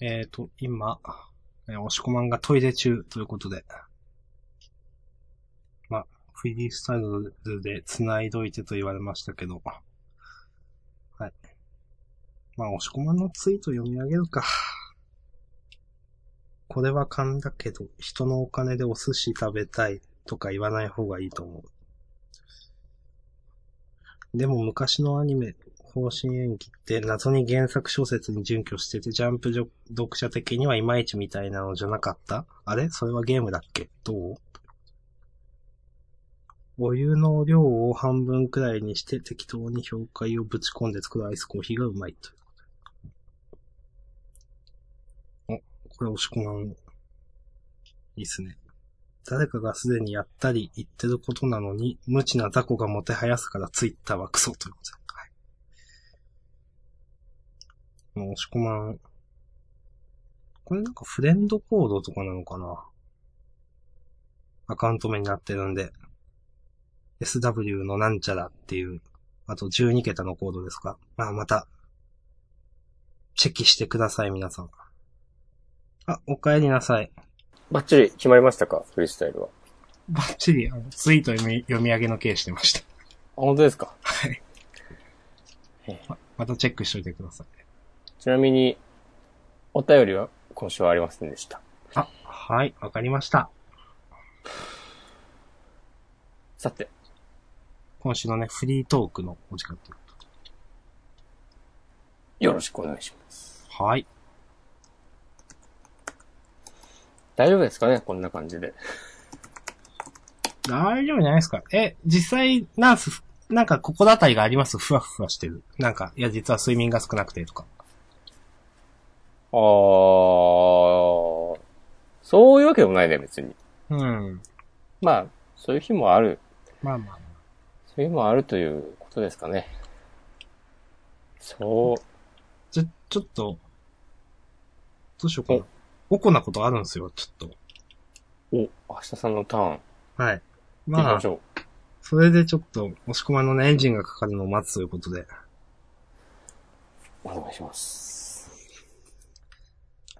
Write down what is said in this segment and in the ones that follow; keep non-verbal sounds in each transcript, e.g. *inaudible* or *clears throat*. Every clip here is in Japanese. えっ、ー、と、今、えー、押し込まんがトイレ中ということで。まあ、フリースタイルで繋いどいてと言われましたけど。はい。まあ、押し込まんのツイート読み上げるか。これは勘だけど、人のお金でお寿司食べたいとか言わない方がいいと思う。でも昔のアニメ、方針演技って謎に原作小説に準拠してて、ジャンプ読者的にはいまいちみたいなのじゃなかったあれそれはゲームだっけどうお湯の量を半分くらいにして適当に氷塊をぶち込んで作るアイスコーヒーがうまいということで。お、これ押し込まん。いいっすね。誰かがすでにやったり言ってることなのに、無知な雑魚がもてはやすからツイッターはクソということで。もう押し込まん。これなんかフレンドコードとかなのかなアカウント名になってるんで。SW のなんちゃらっていう、あと12桁のコードですかまあまた、チェキしてください皆さん。あ、お帰りなさい。バッチリ決まりましたかフリースタイルは。あ、バッチリ、あのツイート読み読み上げの形してました。本当ですかはいえ。ままたチェックしといてください。ちなみに、お便りは今週はありませんでした。あ、はい、わかりました。さて、今週のね、フリートークのお時間というこよろしくお願いします。とではい。大丈夫ですかねこんな感じで。大丈夫じゃないですか。え、実際、ナース、なんか心当たりがありますふわふわしてる。なんか、いや、実は睡眠が少なくてとか。あー、そういうわけでもないね、別に。うん。まあ、そういう日もある。まあまあ。そういう日もあるということですかね。そう、ちょ、ちょっと、どうしようかな。おこなことあるんですよ、ちょっお、明日さんのターン、行ってと。はい。みままあし、ょう。それでちょっと、押し込まんのね、エンジンがかかるのを待つということで。お願いします。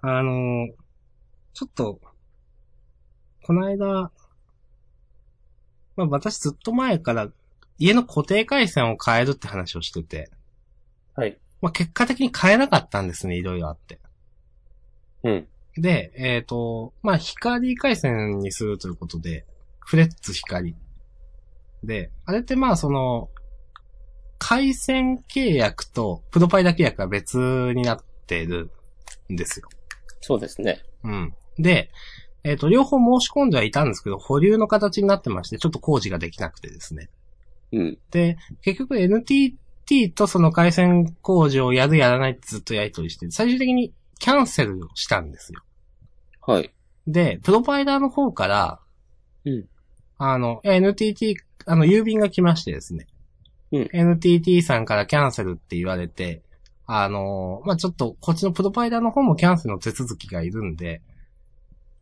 あのーちょっと、この間、まあ私ずっと前から家の固定回線を変えるって話をしてて、はい。まあ結果的に変えなかったんですね、いろいろあって。うん。で、えっ、と、まあ光回線にするということで、フレッツ光。で、あれってまあその、回線契約とプロパイダ契約が別になってるんですよ。そうですね。うん。で、えっ、と、両方申し込んではいたんですけど、保留の形になってまして、ちょっと工事ができなくてですね。うん。で、結局 NTT とその回線工事をやるやらないってずっとやりとりして、最終的にキャンセルをしたんですよ。はい。で、プロバイダーの方から、うんあの、いや NTT、あの、郵便が来ましてですね。うん NTT さんからキャンセルって言われて、あの、まあ、ちょっと、こっちのプロバイダーの方もキャンセルの手続きがいるんで、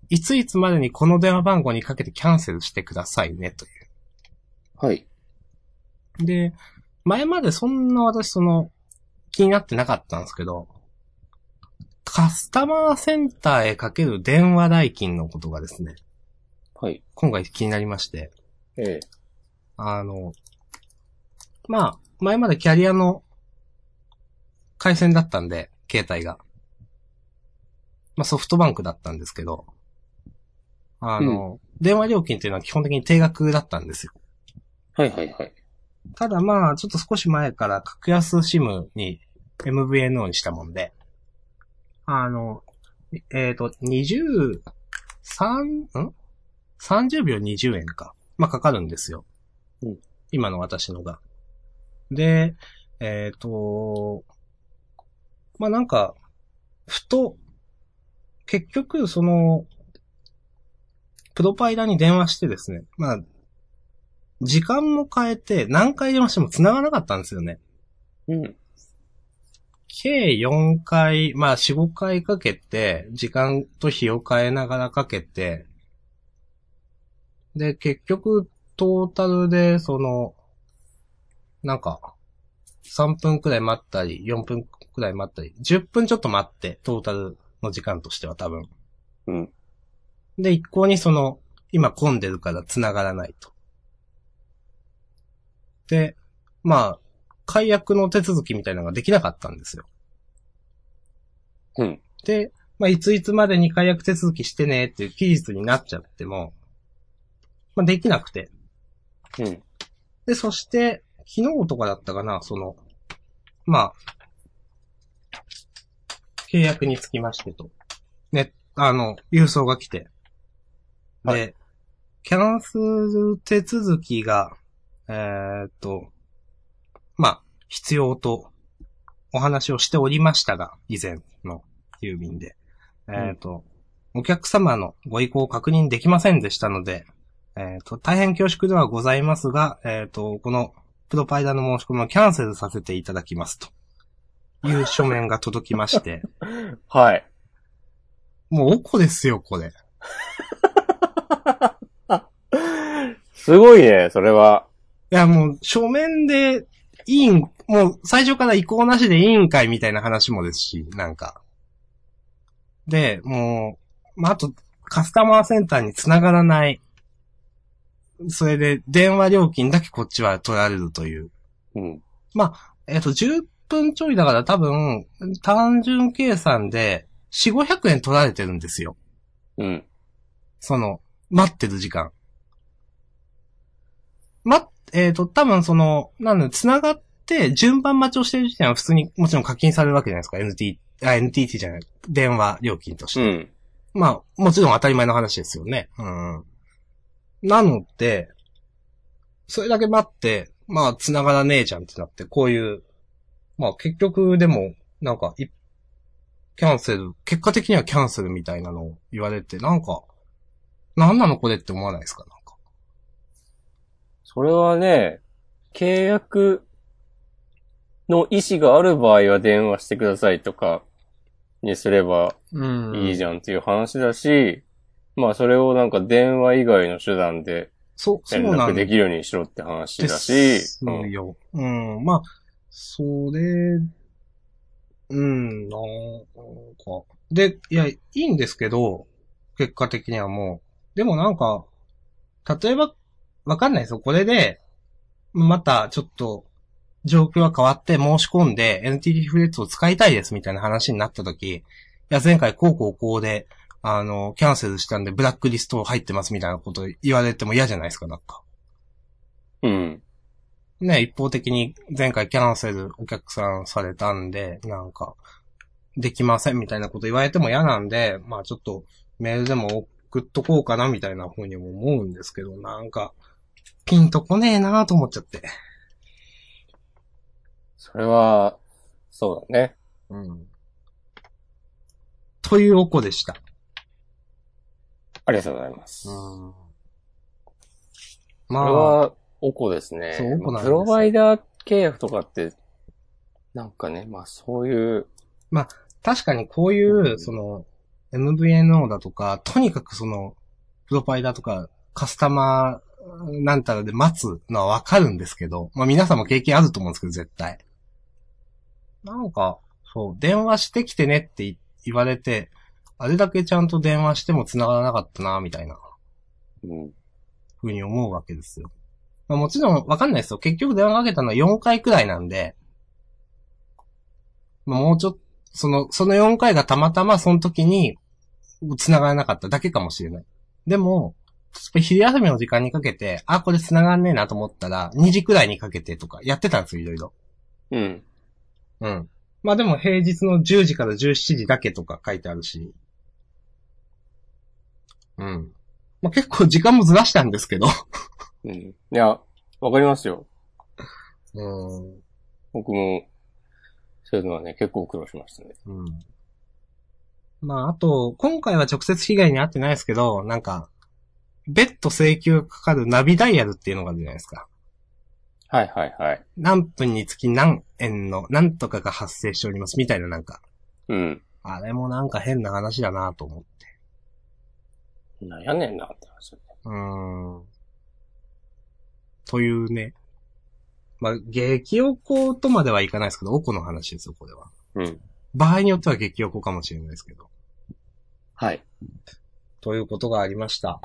いついつまでにこの電話番号にかけてキャンセルしてくださいね、という。はい。で、前までそんな私その、気になってなかったんですけど、カスタマーセンターへかける電話代金のことがですね、はい。今回気になりまして、ええ。あの、まあ、前までキャリアの回線だったんで、携帯が。まあソフトバンクだったんですけど、あの、電話料金っていうのは基本的に定額だったんですよ。はいはいはい。ただまあ、ちょっと少し前から格安 SIM に MVNO にしたもんで、あの、えっ、と、20、3、ん ?30 秒20円か。まあ、かかるんですよ。うん今の私のが。で、えっ、と、まあなんか、ふと、結局、その、プロパイダーに電話してですね、まあ、時間も変えて、何回電話しても繋がらなかったんですよね。うん。計4回、まあ4、5回かけて、時間と日を変えながらかけて、で、結局、トータルで、その、なんか、3分くらい待ったり、4分くらい待ったり、10分ちょっと待って、トータルの時間としては多分。うん。で、一向にその、今混んでるから繋がらないと。で、まあ、解約の手続きみたいなのができなかったんですよ。うん。で、まあ、いついつまでに解約手続きしてねっていう期日になっちゃっても、まあ、できなくて。うん。で、そして、昨日とかだったかな、その、まあ、契約につきましてと。ね、あの、郵送が来て。で、はキャンセル手続きが、えーっと、まあ、必要とお話をしておりましたが、以前の郵便で。えーっと、お客様のご意向を確認できませんでしたので、えっ、と、大変恐縮ではございますが、えっ、と、この、プロパイダーの申し込みをキャンセルさせていただきますと。いう書面が届きまして。はい。もう、おこですよ、これ。すごいね、それは。いや、もう、書面で、委員、もう、最初から意向なしで委員会みたいな話もですし、なんか。で、もう、まあ、あと、カスタマーセンターに繋がらない。それで、電話料金だけこっちは取られるという。うん。えっと、10分ちょいだから多分、単純計算で、4、500円取られてるんですよ。うん。その、待ってる時間。ま、えっ、と、多分その、なんだ、繋がって、順番待ちをしてる時点は普通にもちろん課金されるわけじゃないですか。NT、あ、NTT じゃない。電話料金として。うん。まあ、もちろん当たり前の話ですよね。うん。なので、それだけ待って、まあ、繋がらねえじゃんってなって、こういう、まあ結局でも、なんか、いキャンセル、結果的にはキャンセルみたいなのを言われて、なんか、なんなのこれって思わないですかなんか。それはね、契約の意思がある場合は電話してくださいとかにすればうんいいじゃんっていう話だし、まあそれをなんか電話以外の手段でそう、そう連なん絡でできるようにしろって話だでしす、よ。うん、まあ、それ、うん、なんか。で、いや、いいんですけど、結果的にはもう。でもなんか、例えば、わかんないですよ。これで、またちょっと、状況が変わって申し込んで NTT フレッツを使いたいですみたいな話になった時いや、前回こうこうこうで、あの、キャンセルしたんでブラックリスト入ってますみたいなこと言われても嫌じゃないですか、なんか。うん。うん。ね、一方的に前回キャンセルお客さんされたんで、なんか、できませんみたいなこと言われても嫌なんで、まあちょっとメールでも送っとこうかなみたいな風にも思うんですけど、なんか、ピンとこねえなと思っちゃって。それは、そうだね。うん。というおこでした。ありがとうございます。ん。これまあ、は、おこですね。そうおこなんですプよロバイダー契約とかって、なんかね、まあそういう、確かにこういう、その、MVNO だとか、とにかくその、プロパイだとか、カスタマーなんたらで待つのはわかるんですけど、まあ皆さんも経験あると思うんですけど、絶対。なんか、そう、電話してきてねってい言われて、あれだけちゃんと電話しても繋がらなかったな、みたいなうん、風に思うわけですよ。まあもちろんわかんないですよ。結局電話かけたのは4回くらいなんで、まあもうちょっと、その、その4回がたまたまその時に繋がらなかっただけかもしれない。でも、昼休みの時間にかけて、あ、これ繋がんねえなと思ったら、2時くらいにかけてとかやってたんですよ、いろいろ。うん、うん。まあでも平日の10時から17時だけとか書いてあるし。うん。まあ結構時間もずらしたんですけど。うん。いや、わかりますよ。うん。僕も、そういうのはね、結構苦労しましたね。うん。まあ、あと、今回は直接被害に遭ってないですけど、なんか、別途請求かかるナビダイヤルっていうのがあるじゃないですか。はいはいはい。何分につき何円の何とかが発生しておりますみたいななんか。うん。あれもなんか変な話だなと思って。なんやねんなって話だね。うーん。というね。まあ、激おことまではいかないですけど、おこの話ですよ、これは。うん。場合によっては激おこかもしれないですけど。はい。ということがありました。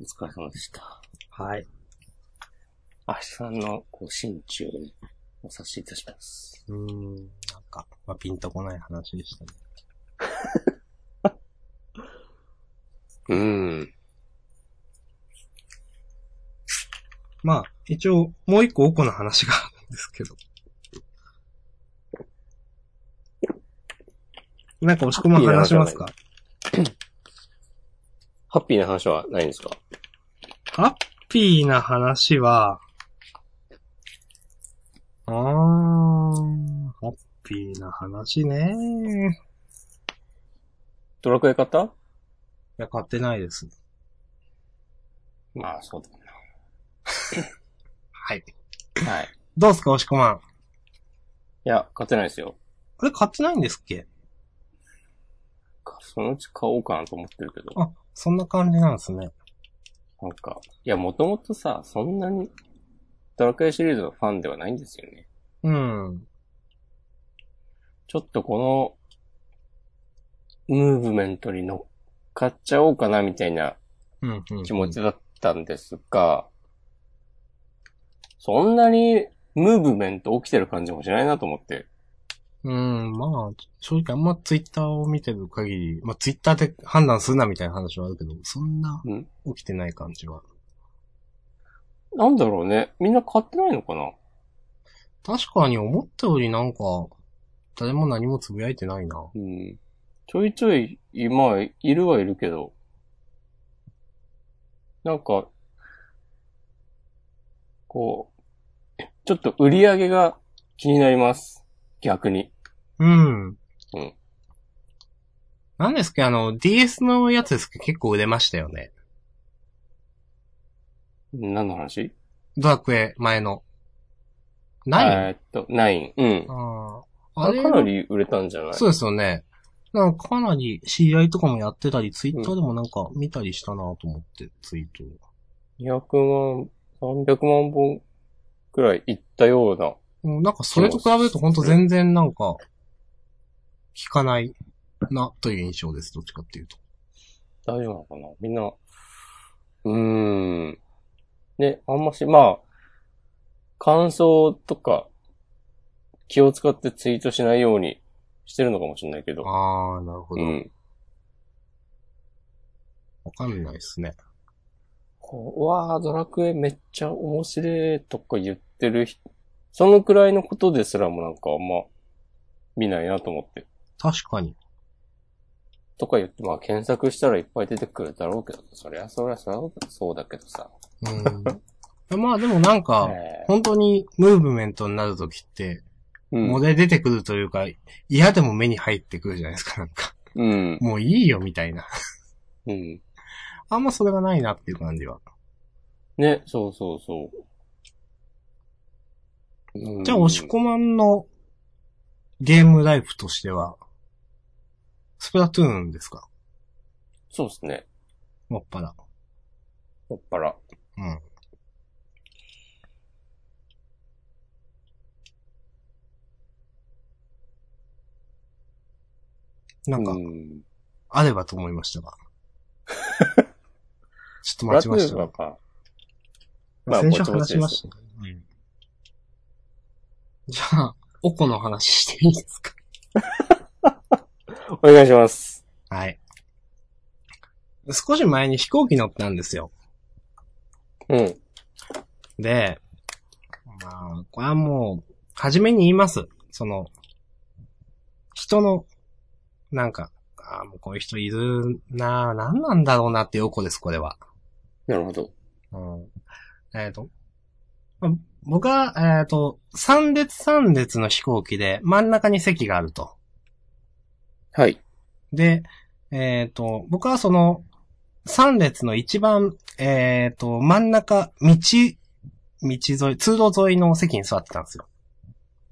お疲れ様でした。はい。明日のご心中をね、お察しいたします。うーん、なんか、まあ、ピンとこない話でしたね。うん。まあ、一応、もう一個奥の話があるんですけど。なんか、押し込まん話しますかハッピーな話はないんですかハッピーな話は、あー、ハッピーな話ねドラクエ買ったいや、買ってないです。まあ、そうだね。はい。はい。いどうですか、押し込まん。や、買ってないですよ。あれ、買ってないんですっけかそのうち買おうかなと思ってるけど。あ、そんな感じなんですね。なんか、いや、もともとさ、そんなに、ドラクエシリーズのファンではないんですよね。うん。ちょっとこの、ムーブメントに乗っかっちゃおうかな、みたいなうん、うん。気持ちだったんですが、そんなに、ムーブメント起きてる感じもしないなと思って。うん、まあ、正直あんまツイッターを見てる限り、まあツイッターで判断するなみたいな話はあるけど、そんなうん起きてない感じは。なんだろうね。みんな買ってないのかな確かに思ったよりなんか、誰も何もつぶやいてないな。うん。ちょいちょい、今、いるはいるけど、なんか、こう、ちょっと売り上げが気になります。逆に。。うん。うんなんですけど、あの、DS のやつですけど結構売れましたよね。何の話ドラクエ前の。ない、えーっと、ナイン。うん。ああ。ああれれかなり売れたんじゃないそうですよね。なんかかなり知り合いとかもやってたり、ツイッターでもなんか見たりしたなと思って、ツイートを。 200万、300万本くらいいったような。うんなんかそれと比べると本当全然なんか、聞かないなという印象です、どっちかっていうと。大丈夫なのかなみんな。うーん。ね、あんまし、まあ、感想とか、気を使ってツイートしないようにしてるのかもしれないけど。あー、なるほうど。わ、ん。かんないですね。こううわあドラクエめっちゃ面白いとか言ってる人、そのくらいのことですらもなんかあんま見ないなと思って。確かに。とか言って、まあ検索したらいっぱい出てくるだろうけど、そりゃそりゃそうそうだけどさ。うん。 *laughs* まあでもなんか、え本当にムーブメントになるときって、ーもうんで出てくるというか、嫌でも目に入ってくるじゃないですか、なんか。うん。もういいよ、みたいな。 *laughs* うん。あんまそれがないなっていう感じは。ね、そうそうそう。うんじゃあ、押し込まんのゲームライフとしては、スプラトゥーンですかそうですね。もっぱら。もっぱら。うん。なんかう、ん、あればと思いました *laughs* が。ちょっとプラ待ちトまゥしーたンがは。か。まあ先週ぼちぼ話ちしましたね。うんじゃあ、おこの話していいですかお願いします。はい。少し前に飛行機乗ったんですよ。うん。で、まあ、これはもう、初めに言います。その、人の、なんか、ああ、もうこういう人いるなあ、なんなんだろうなっていうおこです、これは。なるほど。うん。えっ、と、まあ僕は、えっ、と、三列三列の飛行機で真ん中に席があると。はい。で、えっ、と、僕はその、三列の一番、えっ、と、真ん中、道、道沿い、通路沿いの席に座ってたんですよ。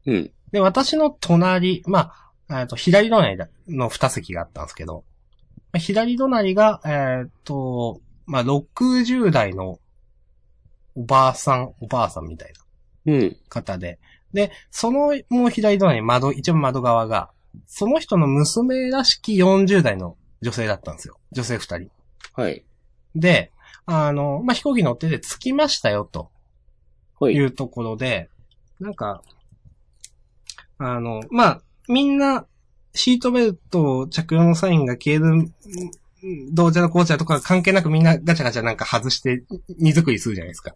うん。で、私の隣、まあ、えっ、と、左隣の二席があったんですけど、まあ左隣が、えっ、と、まあ、60代のおばあさん、おばあさんみたいなうん。方で、で、その、もう左隣、窓、一番窓側が、その人の娘らしき40代の女性だったんですよ。女性二人。はい。で、あの、まあ、飛行機乗ってて着きましたよ、とはいい。うところで、なんか、あの、まあ、みんな、シートベルト着用のサインが消える、うんどうじゃらこうじゃらとか関係なくみんなガチャガチャなんか外して荷造りするじゃないですか。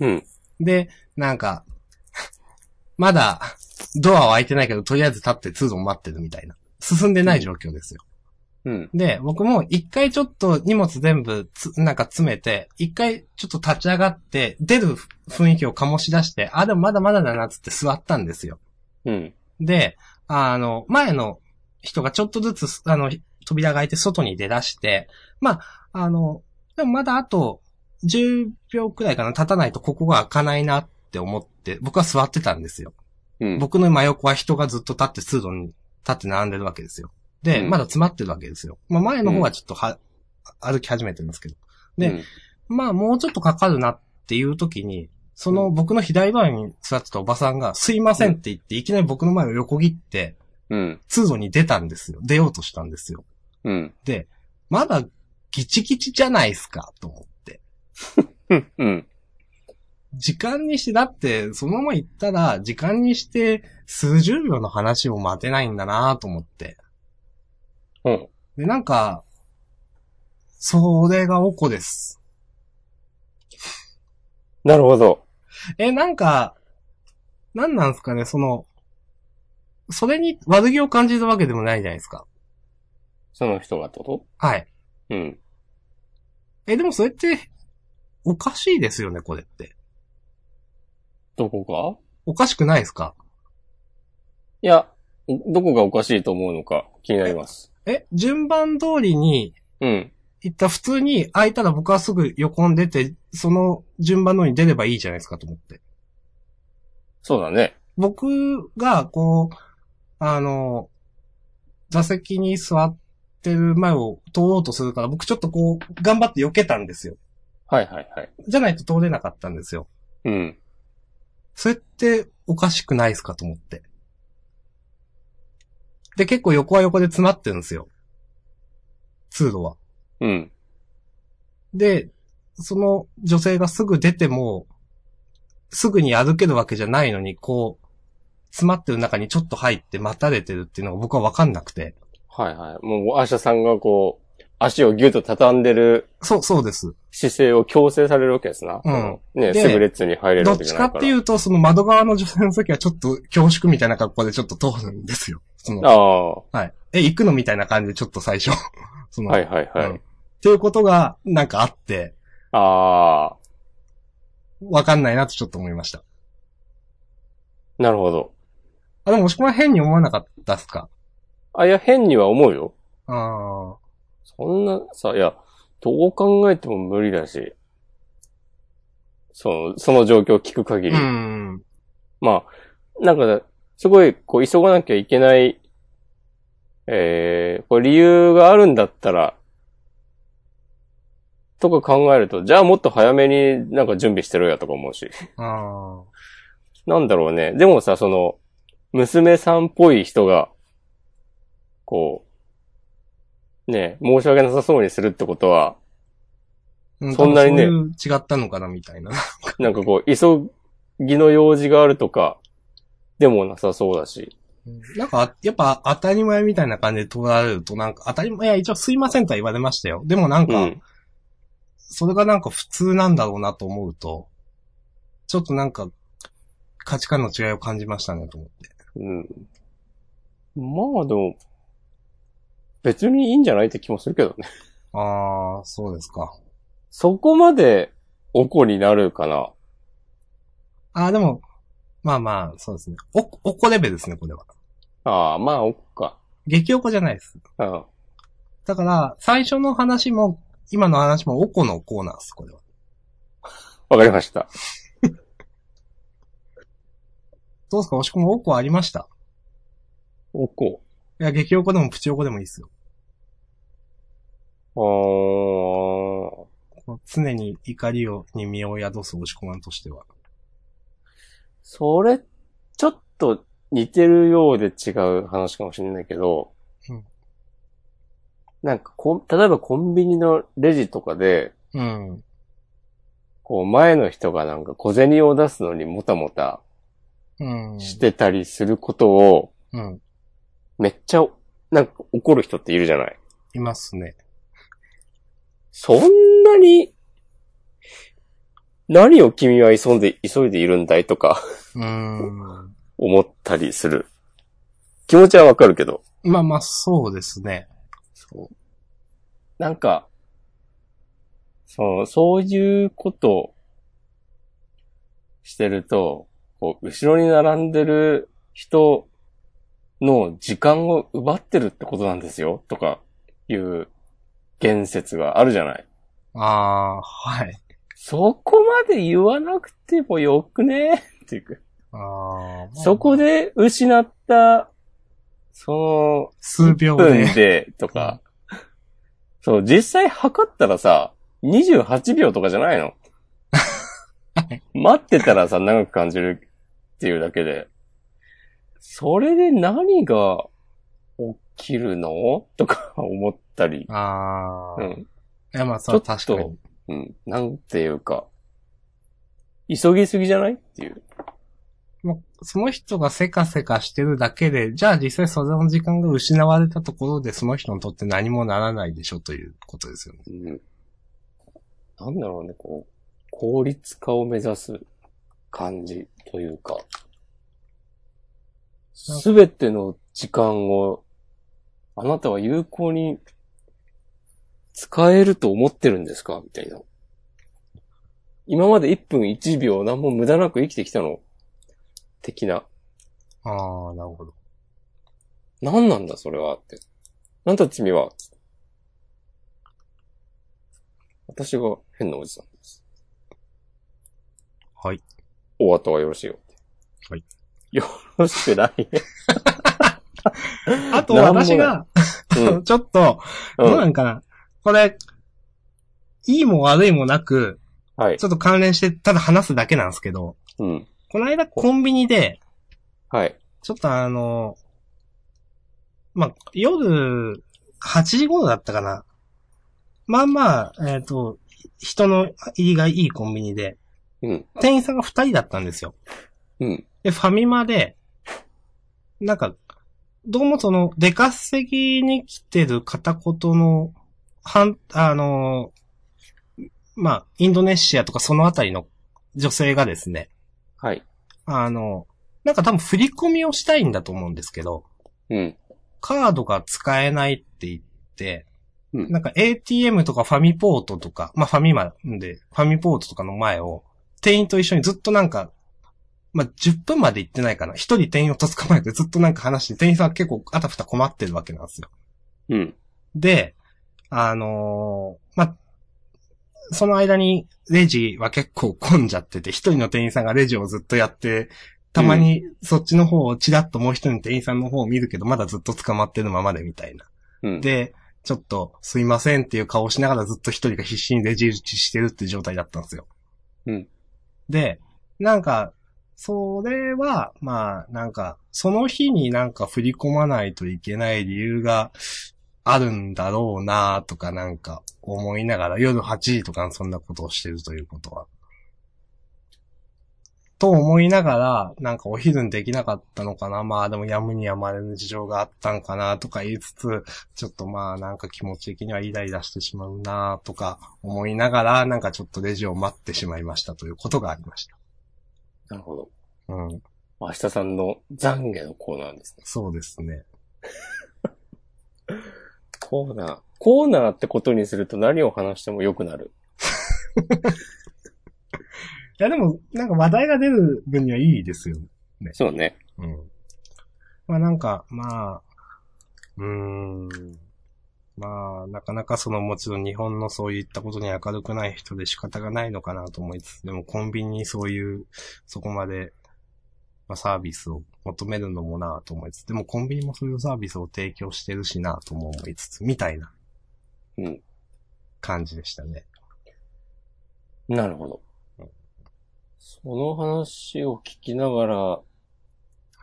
うん。で、なんか、まだ、ドアは開いてないけど、とりあえず立って通路を待ってるみたいな。進んでない状況ですよ。うん。で、僕も一回ちょっと荷物全部つ、なんか詰めて、一回ちょっと立ち上がって、出る雰囲気を醸し出して、あ、でもまだまだだなっつって座ったんですよ。うん。で、あの、前の人がちょっとずつ、あの、扉が開いて外に出だして、まあ、あの、でもまだあと10秒くらいかな、経たないとここが開かないなって思って、僕は座ってたんですよ。うん。僕の真横は人がずっと立って通路に立って並んでるわけですよ。で、うんまだ詰まってるわけですよ。まあ前の方はちょっとは、歩き始めてるんですけど。ねうん、まあもうちょっとかかるなっていう時に、その僕の左側に座ってたおばさんが、すいませんって言って、いきなり僕の前を横切って、うん。通路に出たんですよ。出ようとしたんですよ。うん。まだギチギチじゃないですか、と思って。うん。うん。時間にして、だって、そのまま行ったら、時間にして数十秒の話を待てないんだなと思って。うん。で、なんか、それがおこです。なるほど。え、なんか、なんなんすかね、その、それに悪気を感じるわけでもないじゃないですか。その人がってこはい。とうん。え、でもそれって、おかしいですよね、これって。どこがおかしくないですかいや、どこがおかしいと思うのか気になります。え、順番通りにうん。行った普通に開いたら僕はすぐ横に出て、その順番のように出ればいいじゃないですかと思って。そうだね。僕が、こう、あの、座席に座ってる前を通ろうとするから、僕ちょっとこう、頑張って避けたんですよ。はいはいはい。じゃないと通れなかったんですよ。うん。それっておかしくないですかと思って。で、結構横は横で詰まってるんですよ。通路は。うん。で、その女性がすぐ出ても、すぐに歩けるわけじゃないのに、こう、詰まってる中にちょっと入って待たれてるっていうのが僕はわかんなくて。はいはい。もう、アーシャさんがこう、足をギュッと畳んでるそう、そうです。姿勢を強制されるわけですな。うんん。ね、ですぐ列に入れるどわっけじちゃなかいっから。ていうと、その窓側の女性の時はちょっと恐縮みたいな格好でちょっと通るんですよ。その、あはい。え、行くのみたいな感じでちょっと最初。 *laughs* そあ。の、はいはいはい。うんっていうことが、なんかあって、ああ。わかんないなとちょっと思いました。なるほど。あ、でも、もしくは変に思わなかったっすかあ、いや、変には思うよ。あー。そんな、さ、いや、どう考えても無理だし。その、その状況を聞く限り。うん。まあ、なんか、すごい、こう、急がなきゃいけない、えー、こう理由があるんだったら、とか考えると、じゃあもっと早めになんか準備してろやとか思うし。あなんだろうね。でもさ、その、娘さんっぽい人が、こう、ねえ、申し訳なさそうにするってことは、ー。そんなにね多分そういう違ったのかな、みたいな。 *laughs* なんかこう、急ぎの用事があるとか、でもなさそうだし。なんか、やっぱ当たり前みたいな感じで取られると、なんか当たり前、いや一応すいませんとは言われましたよ。でもなんうか、ん。それがなんか普通なんだろうなと思うと、ちょっとなんか、価値観の違いを感じましたね、と思って。うん。まあでも、別にいいんじゃないって気もするけどね。あー、そうですか。そこまで、おこになるかな。あー、でも、まあまあ、そうですね。お、おこレベルですね、これは。ああ、まあ、おこか。激おこじゃないです。うん。だから、最初の話も、今の話もおこのコーナーです、これは。わかりました。どうですか、押し込むおこありましたおこ。いや、激おこでもプチおこでもいいですよ。あー。常に怒りを、に身を宿す押し込まんとしては。それ、ちょっと似てるようで違う話かもしれないけど、うんなんかこん、例えばコンビニのレジとかで、うん。こう前の人がなんか小銭を出すのにもたもたうん。してたりすることを、うん。めっちゃ、なんか怒る人っているじゃないいますね。そんなに、何を君は急いで、急いでいるんだいとかうーん。思ったりする。気持ちはわかるけど。まあまあ、そうですね。そう。なんか、そう、そういうことしてると、こう、後ろに並んでる人の時間を奪ってるってことなんですよ、とかいう言説があるじゃない。ああ、はい。そこまで言わなくてもよくねっていうか。ああ。そこで、で失った、そ数秒の、分で。で、とか。そう、実際測ったらさ、28秒とかじゃ *laughs* ないの待ってたらさ、長く感じるっていうだけで。それで何が起きるのとか思ったり。ああ。ういん。や、まあ、そちょれっは確かとに。、うん、なんていうか、急ぎすぎじゃないっていう。まあその人がせかせかしてるだけで、じゃあ実際その時間が失われたところで、その人にとって何もならないでしょということですよね。うん。なんだろうね、こう、効率化を目指す感じというか、なんかすべての時間を、あなたは有効に使えると思ってるんですかみたいな。今まで1分1秒何も無駄なく生きてきたの的な。ああ、なるほど。何なんだそれはって。あんた罪は私が変なおじさんです。はい。お後はよろしいよ。はい。よろしく *laughs* ない。あと私が、うん。ちょっと、どうう。*laughs* なんんかな。これ、いいも悪いもなく、はいち。ょっと関連して、ただ話すだけなんですけど、うん。この間コンビニで、はい。ちょっとあの、まあ、夜、8時頃だったかな。まあまあ、えっ、と、人の入りがいいコンビニで、うん。店員さんが2人だったんですよ。うん。で、ファミマで、なんか、どうもその、出稼ぎに来てる片言の、はん、あの、まあ、インドネシアとかそのあたりの女性がですね、はい。あの、なんか多分振り込みをしたいんだと思うんですけど、うん。カードが使えないって言って、うんなんか ATM とかファミポートとか、まあファミマで、ファミポートとかの前を、店員と一緒にずっとなんか、まあ10分まで行ってないかな。一人店員をとっ捕まえてずっとなんか話して、店員さん結構あたふた困ってるわけなんですよ。うん。で、あのーまあ、その間にレジは結構混んじゃってて、一人の店員さんがレジをずっとやって、たまにそっちの方をチラッともう一人の店員さんの方を見るけど、まだずっと捕まってるままでみたいな。うん。で、ちょっとすいませんっていう顔をしながらずっと一人が必死にレジ打ちしてるっていう状態だったんですよ。うんで、なんか、それは、まあ、なんか、その日になんか振り込まないといけない理由があるんだろうなとかなんか思いながら、夜8時とかそんなことをしてるということは。と思いながら、なんかお昼にできなかったのかなまあでもやむにやまれぬ事情があったんかなとか言いつつ、ちょっとまあなんか気持ち的にはイライラしてしまうなとか思いながら、なんかちょっとレジを待ってしまいましたということがありました。なるほど。うん。明日さんの懺悔のコーナーですね。そうですね。コーナー。コーナーってことにすると何を話しても良くなる。いやでも、なんか話題が出る分にはいいですよね。そうね。うん。まあなんか、まあ、うーん。まあ、なかなかそのもちろん日本のそういったことに明るくない人で仕方がないのかなと思いつつ、でもコンビニにそういう、そこまで、まあサービスを求めるのもなと思いつつ、でもコンビニもそういうサービスを提供してるしなとも思いつつ、みたいなうん。感じでしたね。なるほど。その話を聞きながら、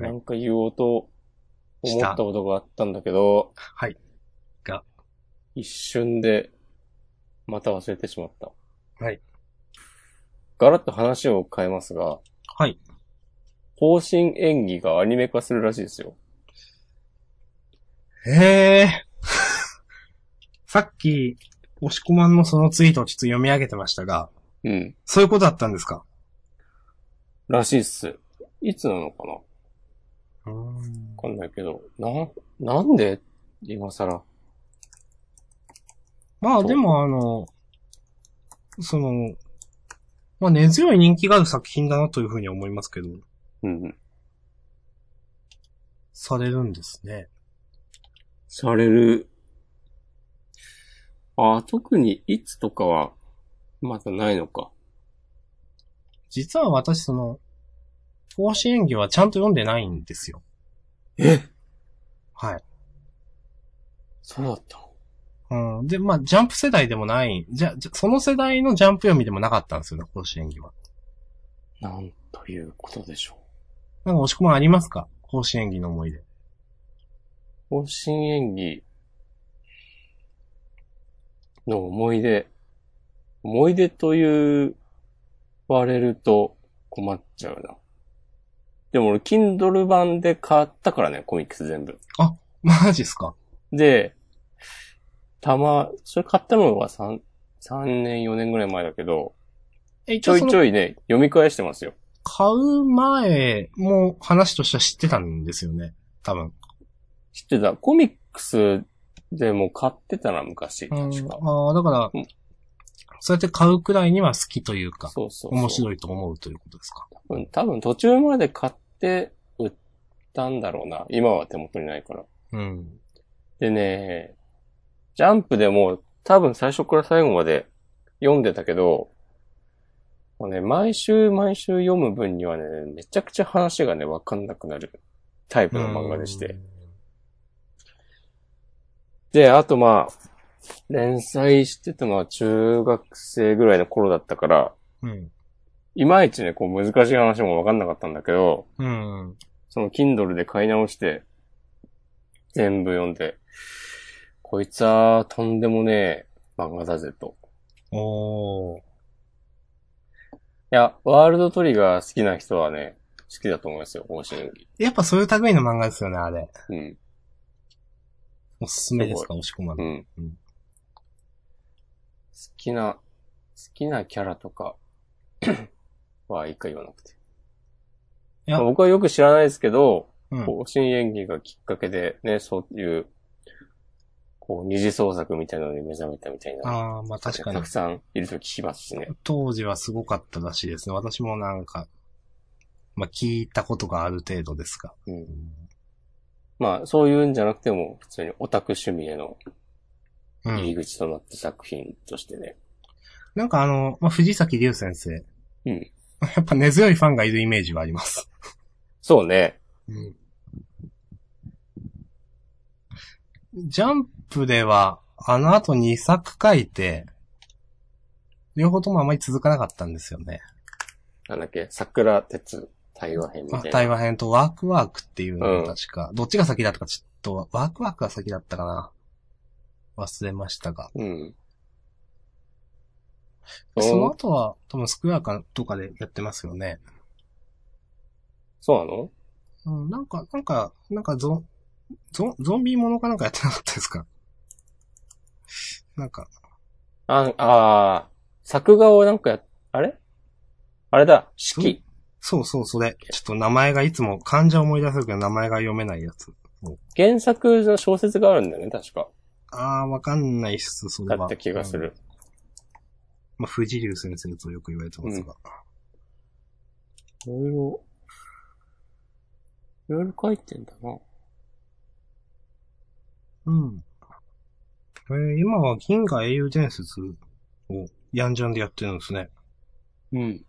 いなんか言おうと思ったことがあったんだけど、はい。一瞬で、また忘れてしまった。はい。ガラッと話を変えますが、はい。方針演技がアニメ化するらしいですよ。へえ。さっき、押し込まんのそのツイートをちょっと読み上げてましたが、うん。そういうことだったんですからしいっす。いつなのかなわうーんかんないけど、な、なんで今更。まあそうでもあの、その、まあ根強い人気がある作品だなというふうには思いますけど、うん。されるんですね。される。あ、特にいつとかは、まだないのか。実は私その、方針演技はちゃんと読んでないんですよ。えはい。そうだったのうん、で、まあ、ジャンプ世代でもない、じゃ、じゃその世代のジャンプ読みでもなかったんですよね、甲子園技は。なんということでしょう。なんか、押し込まんありますか甲子園技の思い出。 *laughs* 方針演技の思い出。思い出と言われると困っちゃうな。でも俺、Kindle 版で買ったからね、コミックス全部。マジっすかで、たま、それ買ったのは 3, 3年、4年ぐらい前だけど、え、ちょいちょい。いね、読み返してますよ。買う前も話としては知ってたんですよね。多分。知ってた。コミックスでも買ってたな、昔。うん。確か。ああ、だから、うんそうやって買うくらいには好きというか、そうそうそう。面白いと思うということですか。うん、多分途中まで買って売ったんだろうな。今は手元にないから。うん。でね、ジャンプでも多分最初から最後まで読んでたけど、もうね、毎週毎週読む分にはね、めちゃくちゃ話がね、わかんなくなるタイプの漫画でして。で、あとまあ、連載してたのは中学生ぐらいの頃だったから、うん。いまいちね、こう難しい話もわかんなかったんだけど、うん。うん。その Kindle で買い直して、全部読んで、こいつはとんでもねえ漫画だぜと。おー。いや、ワールドトリガー好きな人はね、好きだと思いますよ、方針演技。やっぱそういう類の漫画ですよね、あれ。うん。おすすめですか、押し込まんうの。ん。うん好きな、好きなキャラとか *clears throat* は一回言わなくて。いやまあ僕はよく知らないですけど、うん。方針演技がきっかけでね、そういう、こう、二次創作みたいなのに目覚めたみたいな。ああ、まあ確かにたく。さんいると聞きますしね。当時はすごかったらしいですね。私もなんか、まあ聞いたことがある程度ですが。うんまあ、そういうんじゃなくても、普通にオタク趣味へのう入りん。口となった作品としてね。なんかあの、まあ、藤崎龍先生。うん *laughs* やっぱ根強いファンがいるイメージはあります。そうね。うん。ジャンプでは、あの後2作書いて、両方ともあまり続かなかったんですよね。なんだっけ、桜鉄対話編みまあ、たい対な。話編とワークワークっていうのうんが確か、どっちが先だったかちょっと、ワークワークが先だったかな。忘れましたが。うん。そのそう、後は、多分スクエアかとかでやってますよね。そうなのうん、なんか、なんか、なんかゾ、ゾ、ゾンビものかなんかやってなかったですかなんか、あ、あー作画をなんかや、あれあれだ、式。そうそう、それ。ちょっと名前がいつも、漢字は思い出せるけど名前が読めないやつ。原作の小説があるんだよね、確か。あー、わかんないっす、それだは。った気がすうんる。まあ、藤流先生とよく言われてますが。いろいろ、いろいろ書いてんだな。うん。えー今は銀河英雄伝説をヤンジャンでやってるんですね。うん。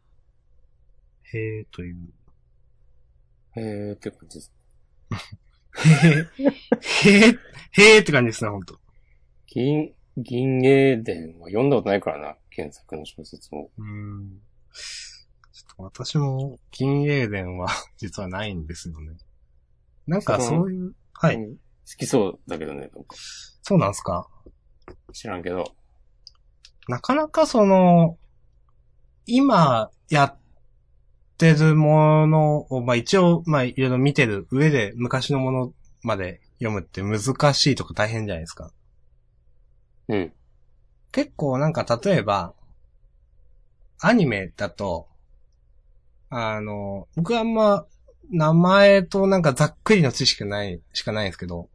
へーという。へーって感じです。へー、へー、へーって感じですね、ほんと。銀、銀英伝は読んだことないからな、原作の小説も。うーん。ちょっと私も、銀英伝は実はないんですよね。なんかそのそういう、はい。好きそうだけどね、なんか。そうなんですか。知らんけど。なかなかその、今やってるものを、まあ一応、まあいろいろ見てる上で昔のものまで読むって難しいとか大変じゃないですか。うん。結構なんか例えば、アニメだと、あの、僕はあんま名前となんかざっくりの知識ない、しかないんですけど、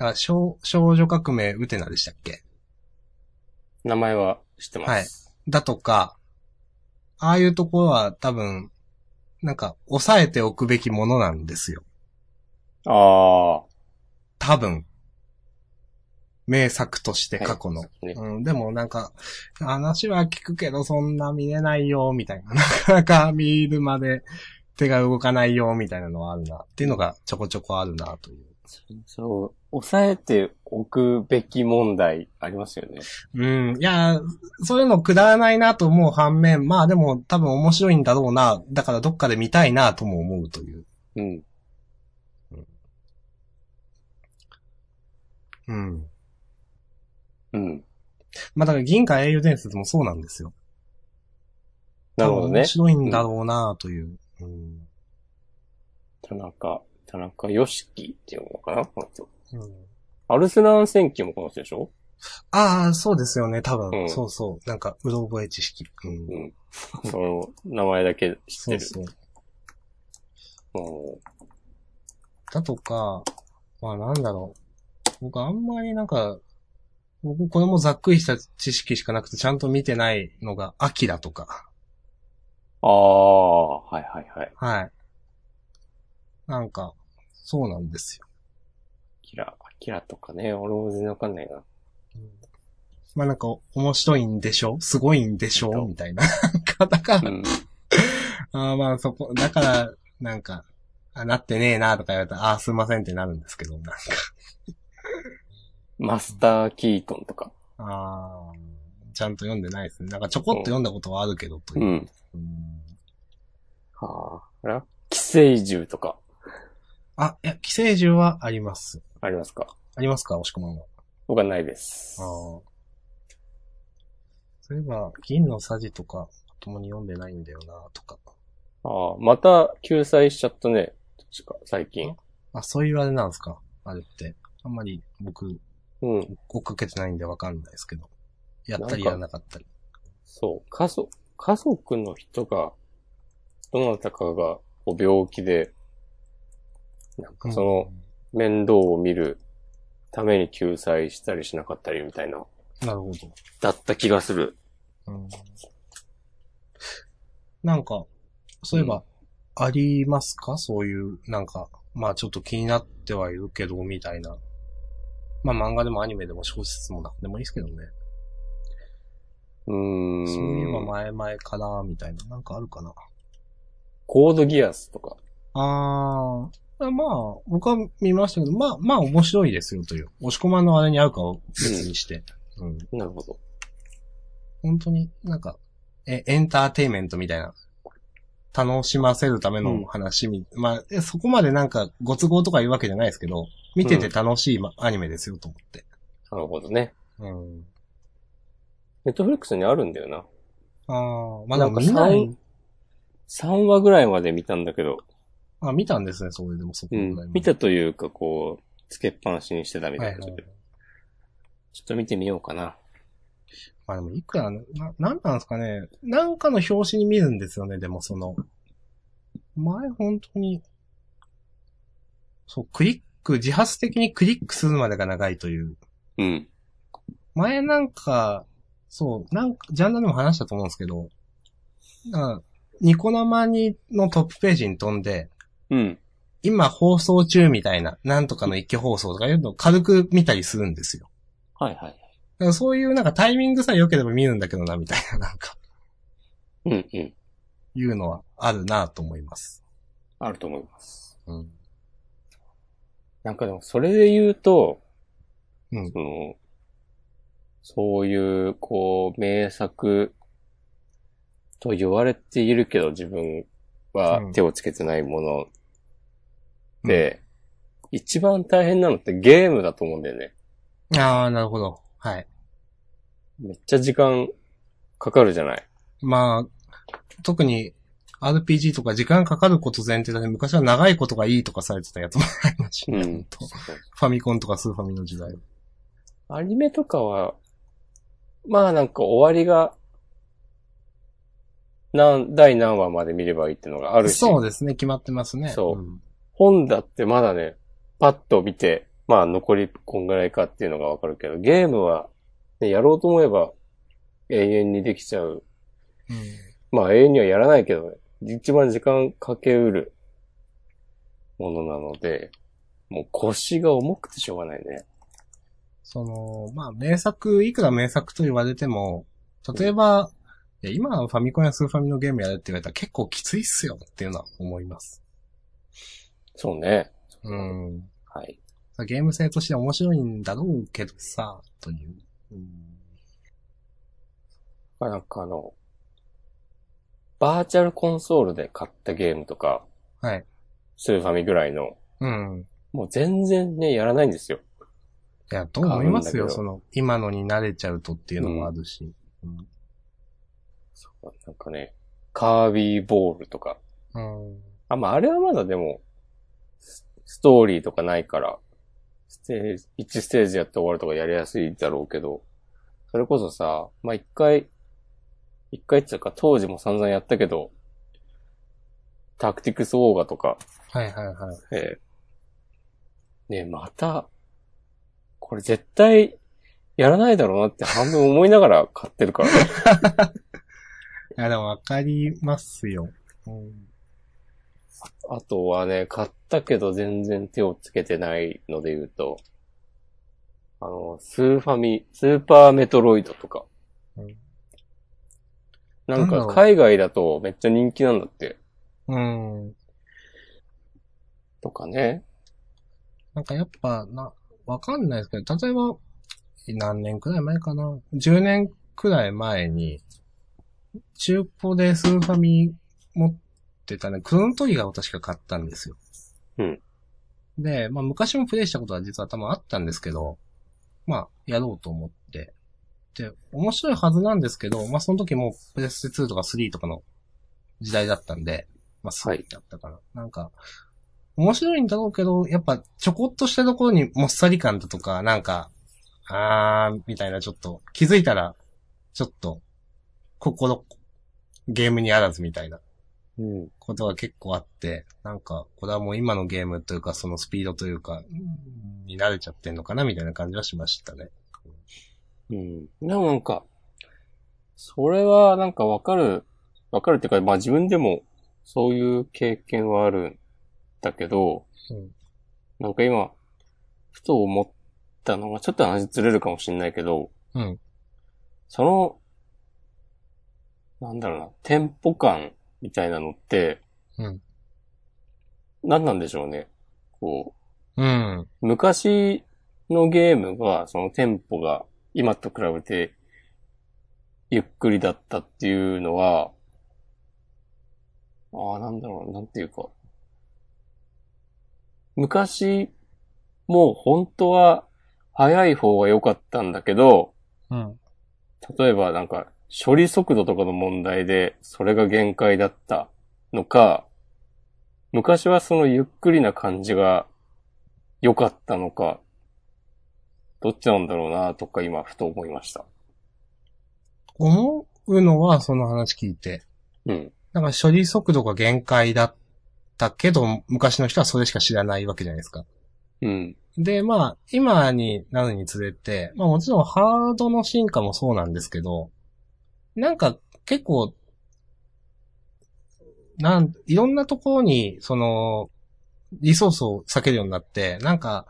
あ少少女革命ウテナでしたっけ名前は知ってます。だとか、ああいうところは多分、なんか抑えておくべきものなんですよ。ああ。多分。名作として過去の。はいねうん、でもなんか、話は聞くけどそんな見れないよ、みたいな。 *laughs* なかなか見るまで手が動かないよ、みたいなのはあるな。っていうのがちょこちょこあるな、という。そう、抑えておくべき問題ありますよね。うん。いや、そういうのくだらないなと思う反面、まあでも多分面白いんだろうな。だからどっかで見たいな、とも思うという。うん。うん。うん。まあだから銀河英雄伝説もそうなんですよ。なるほど多分面ね。白いんだろうな、という。うん田中、田中良樹っていうのかなこの人。うんアルスラン戦記もこの人でし *laughs* ょああ、そうですよね、多分。うんそうそう。なんか、うろ覚え知識。うん。うん。その、名前だけ知ってそうる。そう。うんだとか、まあなんだろう。僕あんまりなんか、僕これもざっくりした知識しかなくてちゃんと見てないのが、アキラとか。ああ、はいはいはい。はい。なんか、そうなんですよ。キラ、キラとかね、俺も全然わかんないな。まあなんか、面白いんでしょすごいんでしょみたいな。なんかだから、うん。ああ、まあそこ、だから、なんか、あ、なってねえなとか言われたら、ああー、すいませんってなるんですけど、なんか。マスター・キートンとか。ああ、ちゃんと読んでないですね。なんかちょこっと読んだことはあるけど、とういう。ん。うんああ、あれは寄生獣とか、あ、いや、寄生獣はあります。ありますかありますか、押し込まんは。僕はないです。ああ。そういえば、銀のさじとか、共に読んでないんだよな、とか。ああ、また救済しちゃったね。確か、最近。あ、そういうあれなんですかあれって。あんまり僕、うん。追っかけてないんでわかんないですけど。やったりやらなかったり。そう。家族、家族の人が、どなたかがお病気で、なんかその面倒を見るために救済したりしなかったりみたいな、うん、なるほど。だった気がする。うんなんか、そういえば、ありますかそういう、なんか、まあちょっと気になってはいるけど、みたいな。まあ漫画でもアニメでも小説もなんでもいいですけどね。うーん。そういえば前々から、みたいな。なんかあるかな。コードギアスとか。あー。まあ、僕は見ましたけど、まあ、まあ面白いですよという。押し込まんのあれに合うかを別にして。うん。なるほど。本当になんか、え、エンターテイメントみたいな。楽しませるための話み、まあ、えそこまでなんかご都合とか言うわけじゃないですけど、見てて楽しい、まアニメですよと思って。なるほどね。うん。ネットフリックスにあるんだよな。ああ、まあななんんかか見なさい。 3話ぐらいまで見たんだけど、あ、見たんですね、それでもそこうぐらいん。見たというか、こう、つけっぱなしにしてたみたいな。はいはいちょっと見てみようかな。まあでもいくらな、な、なんなんですかね。なんかの表紙に見るんですよね、でもその。前本当に、そう、クリック、自発的にクリックするまでが長いという。うん。前なんか、そう、なんか、ジャンルでも話したと思うんですけど、なんかニコ生にのトップページに飛んで、うん。今放送中みたいな、なんとかの一挙放送とかいうのを軽く見たりするんですよ。はいはい。だからそういうなんかタイミングさえ良ければ見るんだけどな、みたいな、 *laughs* なんか、うんうん。いうのはあるなと思います。あると思います。うん。なんかでも、それで言うと、うんその、そういう、こう、名作と言われているけど、自分は手をつけてないものうて、一番大変なのってゲームだと思うんだよね。ああ、なるほど。はい。めっちゃ時間かかるじゃない。まあ、特に RPG とか時間かかること前提だね。昔は長いことがいいとかされてたやつもありますしね。うん本当ファミコンとかスーファミの時代。アニメとかは、まあなんか終わりが、何、第何話まで見ればいいってのがあるし、そうですね、決まってますね。そうん本だってまだね、パッと見て、まあ残りこんぐらいかっていうのがわかるけど、ゲームは、ね、やろうと思えば永遠にできちゃう。うんまあ永遠にはやらないけどね、一番時間かけうるものなので、もう腰が重くてしょうがないね。その、まあ、名作、いくら名作と言われても、例えば、いや今のファミコンやスーファミのゲームやれって言われたら結構きついっすよっていうのは思います。そうね。うん。はい。さゲーム性として面白いんだろうけどさ、という。うんまあなんかあの、バーチャルコンソールで買ったゲームとか、はい。スーファミぐらいの、うん。もう全然ね、やらないんですよ。いや、と思います変わるんだけどよ、その、今のに慣れちゃうとっていうのもあるし。なんかね、カービーボールとか。うん。あ、まああれはまだでも、スストーリーとかないから、ステージ、1ステージやって終わるとかやりやすいだろうけど、それこそさ、まあ一回、一回っていうか当時も散々やったけど、タクティクスオーガとか、はいはいはい。ええねえ、また、これ絶対やらないだろうなって半分思いながら買ってるからね。いや、でもわかりますよ。うん。あとはね、買ったけど全然手をつけてないので言うと、あの、スーファミ、スーパーメトロイドとかうん。なんなんだかろう海外だとめっちゃ人気なんだって。うん。とかね。なんかやっぱ、な、わかんないですけど、例えば、何年くらい前かな ?10 年くらい前に、中古でスーファミ持ってたね、クロノトリガーを確か買ったんですよ。うん。で、まあ昔もプレイしたことは実は多分あったんですけど、まあ、やろうと思って。で、面白いはずなんですけど、まあその時もうプレステ2とか3とかの時代だったんで、まあはい3だったかな。なんか、面白いんだろうけど、やっぱちょこっとしたところにもっさり感だとか、なんか、あー、みたいなちょっと、気づいたら、ちょっと、心、ゲームにあらずみたいなうん。ことが結構あって、なんか、これはもう今のゲームというか、そのスピードというか、うんに慣れちゃってんのかなみたいな感じはしましたね。うん。でもなんか、それはなんかわかる、わかるっていうか、まあ自分でもそういう経験はあるんだけど、うんなんか今、ふと思ったのが、ちょっと話ずれるかもしれないけど、うんその、なんだろうな、テンポ感みたいなのって、うん何なんでしょうね。こう、うん。昔のゲームが、そのテンポが今と比べてゆっくりだったっていうのは、ああ、なんだろう、なんていうか。昔、もう本当は早い方が良かったんだけど、うん。例えばなんか処理速度とかの問題でそれが限界だったのか、昔はそのゆっくりな感じが良かったのか、どっちなんだろうなとか今ふと思いました。思うのは、その話聞いて、うん。なんか処理速度が限界だったけど、昔の人はそれしか知らないわけじゃないですか。うん。で、まあ、今になるにつれて、まあもちろんハードの進化もそうなんですけど、なんか結構、なん、いろんなところに、その、リソースを避けるようになって、なんか、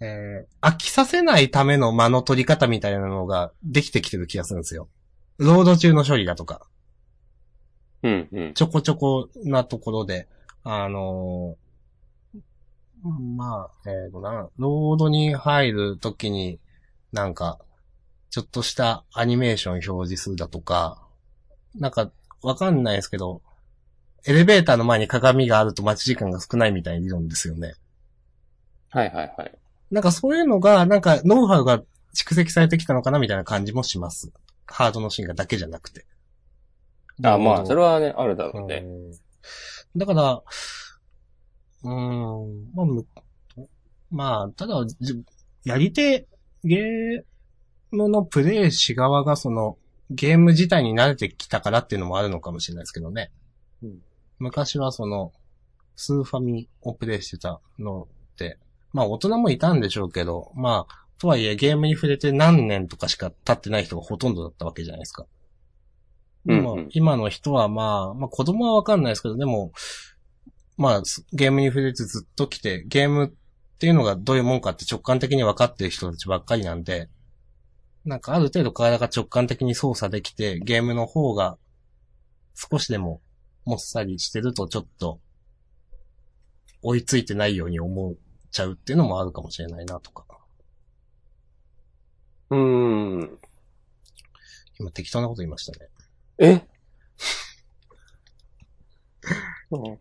えー飽きさせないための間の取り方みたいなのができてきてる気がするんですよ。ロード中の処理だとか。うん。うん。ちょこちょこなところで、あのーまあ、えっ、とな、ロードに入るときに、なんか、ちょっとしたアニメーション表示するだとか、なんか、わかんないですけど、エレベーターの前に鏡があると待ち時間が少ないみたいな理論ですよね。はいはいはい。なんかそういうのが、なんかノウハウが蓄積されてきたのかなみたいな感じもします。ハードのシンガーだけじゃなくて。あ、まあ、それはね、あるだろうね。うんだから、うーん、まあむ、まあ、ただ、じやり手、ゲームのプレイし側がその、ゲーム自体に慣れてきたからっていうのもあるのかもしれないですけどね。うん昔はその、スーファミをプレイしてたのって、まあ大人もいたんでしょうけど、まあ、とはいえゲームに触れて何年とかしか経ってない人がほとんどだったわけじゃないですか。うんまあうん今の人はまあ、まあ子供はわかんないですけど、でも、まあすゲームに触れてずっと来て、ゲームっていうのがどういうもんかって直感的に分かってる人たちばっかりなんで、なんかある程度体が直感的に操作できて、ゲームの方が少しでももっさりしてるとちょっと追いついてないように思っちゃうっていうのもあるかもしれないなとか。うーん。今適当なこと言いましたね。 *laughs* えそ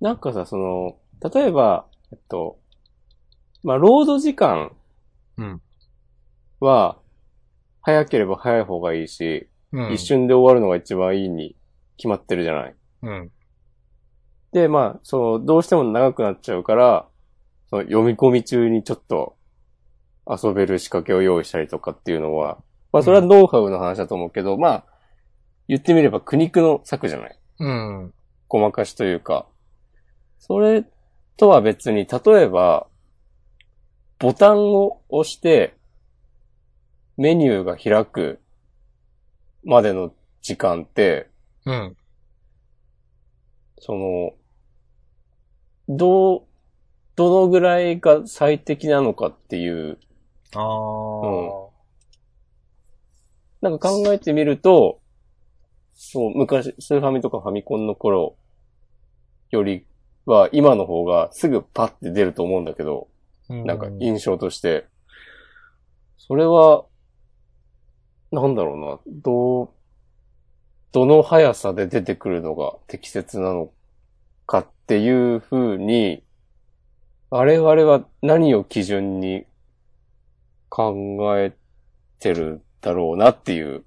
うなんかさ、その、例えば、えっと、まあ、ロード時間うんは、早ければ早い方がいいし、うん。一瞬で終わるのが一番いいに決まってるじゃない。うん。で、まあ、その、どうしても長くなっちゃうから、その読み込み中にちょっと遊べる仕掛けを用意したりとかっていうのは、まあ、それはノウハウの話だと思うけど、まあ、言ってみれば苦肉の策じゃない。うん。ごまかしというか、それとは別に、例えば、ボタンを押して、メニューが開くまでの時間って、うん。その、どう、どのぐらいが最適なのかっていう、ああ。なんか考えてみると、そう、昔、スーファミとかファミコンの頃よりは、今の方がすぐパッて出ると思うんだけど、なんか印象として。それは、なんだろうな、どう、どの速さで出てくるのが適切なのかっていう風に、我々は何を基準に考えてるだろうなっていう。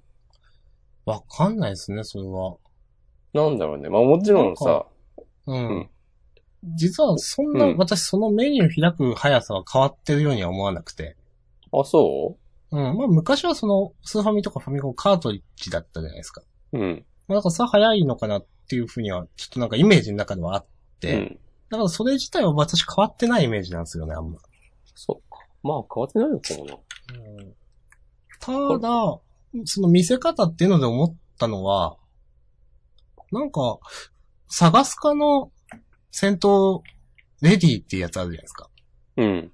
わかんないですね、それは。なんだろうね。まあもちろんなんさ、うん。うん実はそんな、うん私そのメニュー開く速さは変わってるようには思わなくて。あ、そうん。まあ昔はその、スーファミとかファミコンカートリッジだったじゃないですか。ううん。まあなんかさ、早いのかなっていうふうには、ちょっとなんかイメージの中ではあっうて。ん。だからそれ自体は私変わってないイメージなんですよね、あんま。そうか。まあ変わってないのかもな。ただ、その見せ方っていうので思ったのは、なんか、サガスカの戦闘レディーっていうやつあるじゃないですか。うん。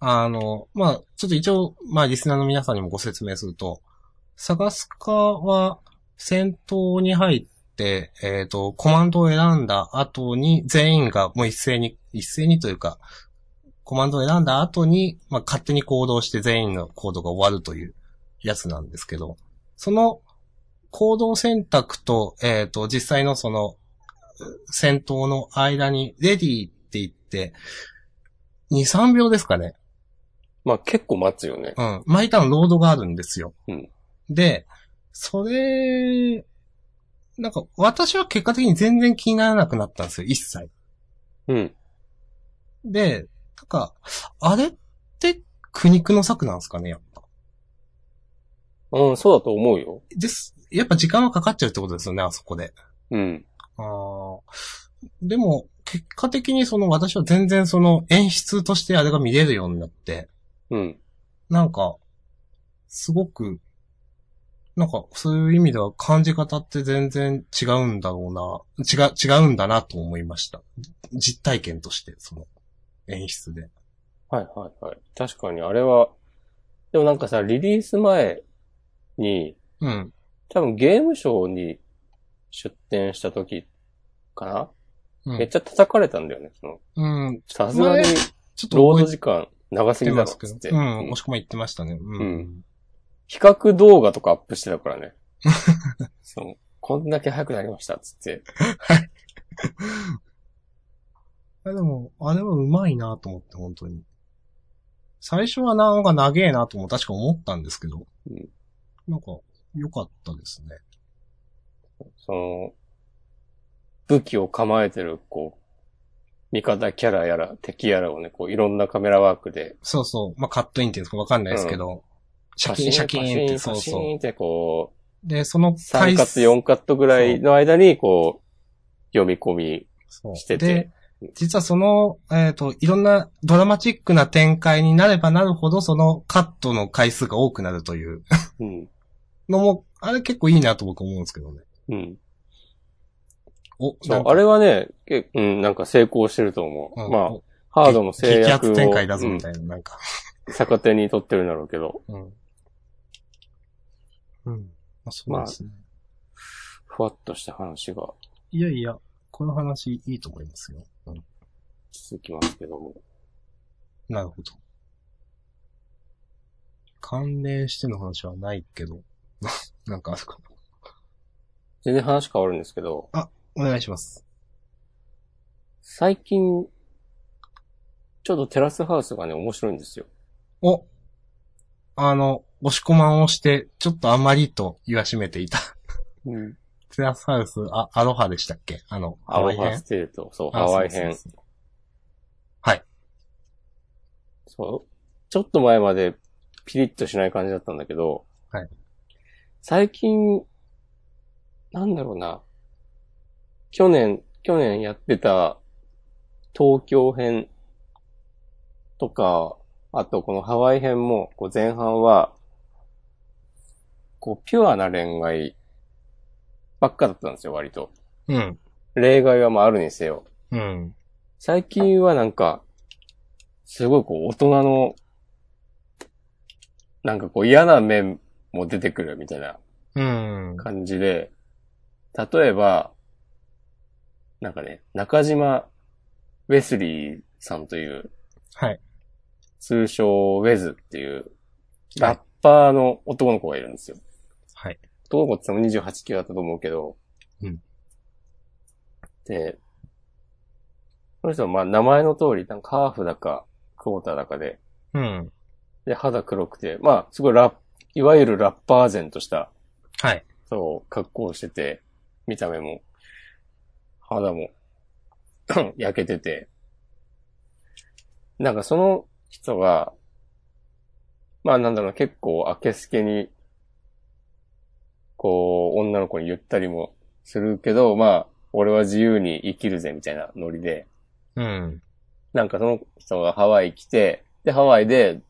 あの、まあ、ちょっと一応、まあ、リスナーの皆さんにもご説明すると、サガスカは戦闘に入って、えっ、と、コマンドを選んだ後に、全員がもう一斉に、一斉にというか、コマンドを選んだ後に、まあ、勝手に行動して全員の行動が終わるというやつなんですけど、その行動選択と、えっ、と、実際のその、戦闘の間に、レディーって言って、2、3秒ですかね。まあ結構待つよね。うん。毎ターンロードがあるんですよ。うんで、それ、なんか、私は結果的に全然気にならなくなったんですよ、一切。うん。で、なんか、あれって苦肉の策なんですかね、やっぱ。うん、そうだと思うよ。です。やっぱ時間はかかっちゃうってことですよね、あそこで。うん。あーでも、結果的にその私は全然その演出としてあれが見れるようになって、うん。なんか、すごく、なんか、そういう意味では感じ方って全然違うんだろうな、違う、違うんだなと思いました。実体験として、その、演出で。はいはいはい。確かにあれは、でもなんかさ、リリース前に、うん。多分ゲームショーに出展した時かな、うめっん。ちゃ叩かれたんだよね。その、うん、さすがに前ちょっロー覚ドえ時間長すぎてだまろっすけつって。ど。うん、押し込ま言ってましたね。うん。うん比較動画とかアップしてたから *laughs* ね。そのこんだけ早くなりましたっつって。いやでも、あれはうまいなと思って、本当に。最初はなんか長えなとも確か思ったんですけど。うんなんか、良かったですね。その、武器を構えてる、こう、味方キャラやら敵やらをね、こう、いろんなカメラワークで、そうそう。まあ、カットインっていうんですかわかんないですけど。シャキンシャキンって、パシそうパシそンってこう。で、そのう、3カット、4カットぐらいの間に、こう、読み込みそうしてでて、実はその、えっ、と、いろんなドラマチックな展開になればなるほど、そのカットの回数が多くなるという *laughs* うん、のも、あれ結構いいなと僕思うんですけどね。うん。お、そう、ああれはね、けうん、なんか成功してると思う。まあ、ハードの制激ア約ツを、展開だぞうんみたいな、なんか。逆手に取ってるんだろうけど、うん。うん。まあ、そうですね。ふわっとした話がいやいや、この話いいと思いますよ。うん。続きますけども。なるほど。関連しての話はないけど、 *laughs* なんかあるかな。全然話変わるんですけど、お願いします。最近、ちょっとテラスハウスがね、面白いんですよ。お、あの、押し込まんをして、ちょっとあまりと言わしめていた。 *laughs* うん。テラスハウス、あ、アロハでしたっけあの、ハハワワイイ編編ス。テート、そう、あハワイ。そう編。そうそうそう。ちょっと前までピリッとしない感じだったんだけど、はい最近、なんだろうな。去年、去年やってた東京編とか、あとこのハワイ編も、こう前半は、こうピュアな恋愛ばっかだったんですよ、割と。うん。例外はまああるにせよ。うん。最近はなんか、すごいこう大人の、なんかこう嫌な面も出てくるみたいなうん。感じで、例えば、なんかね、中島ウェスリーさんという、はい。通称ウェズっていう、ラッパーの男の子がいるんですよ。はい。男の子って言っても28キロだったと思うけど。うん。で、この人はまあ名前の通り、なんかハーフだか、クォーターだかで、うん。で、肌黒くて、まあ、すごいラッ、いわゆるラッパー然とした、はい。そう、格好をしてて、見た目も、肌も、 *clears throat* 焼けてて、なんかその人が、まあなんだろう、結構明けすけに、こう、女の子に言ったりもするけど、まあ、俺は自由に生きるぜ、みたいなノリで、うん。なんかその人がハワイ来て、で、ハワイで、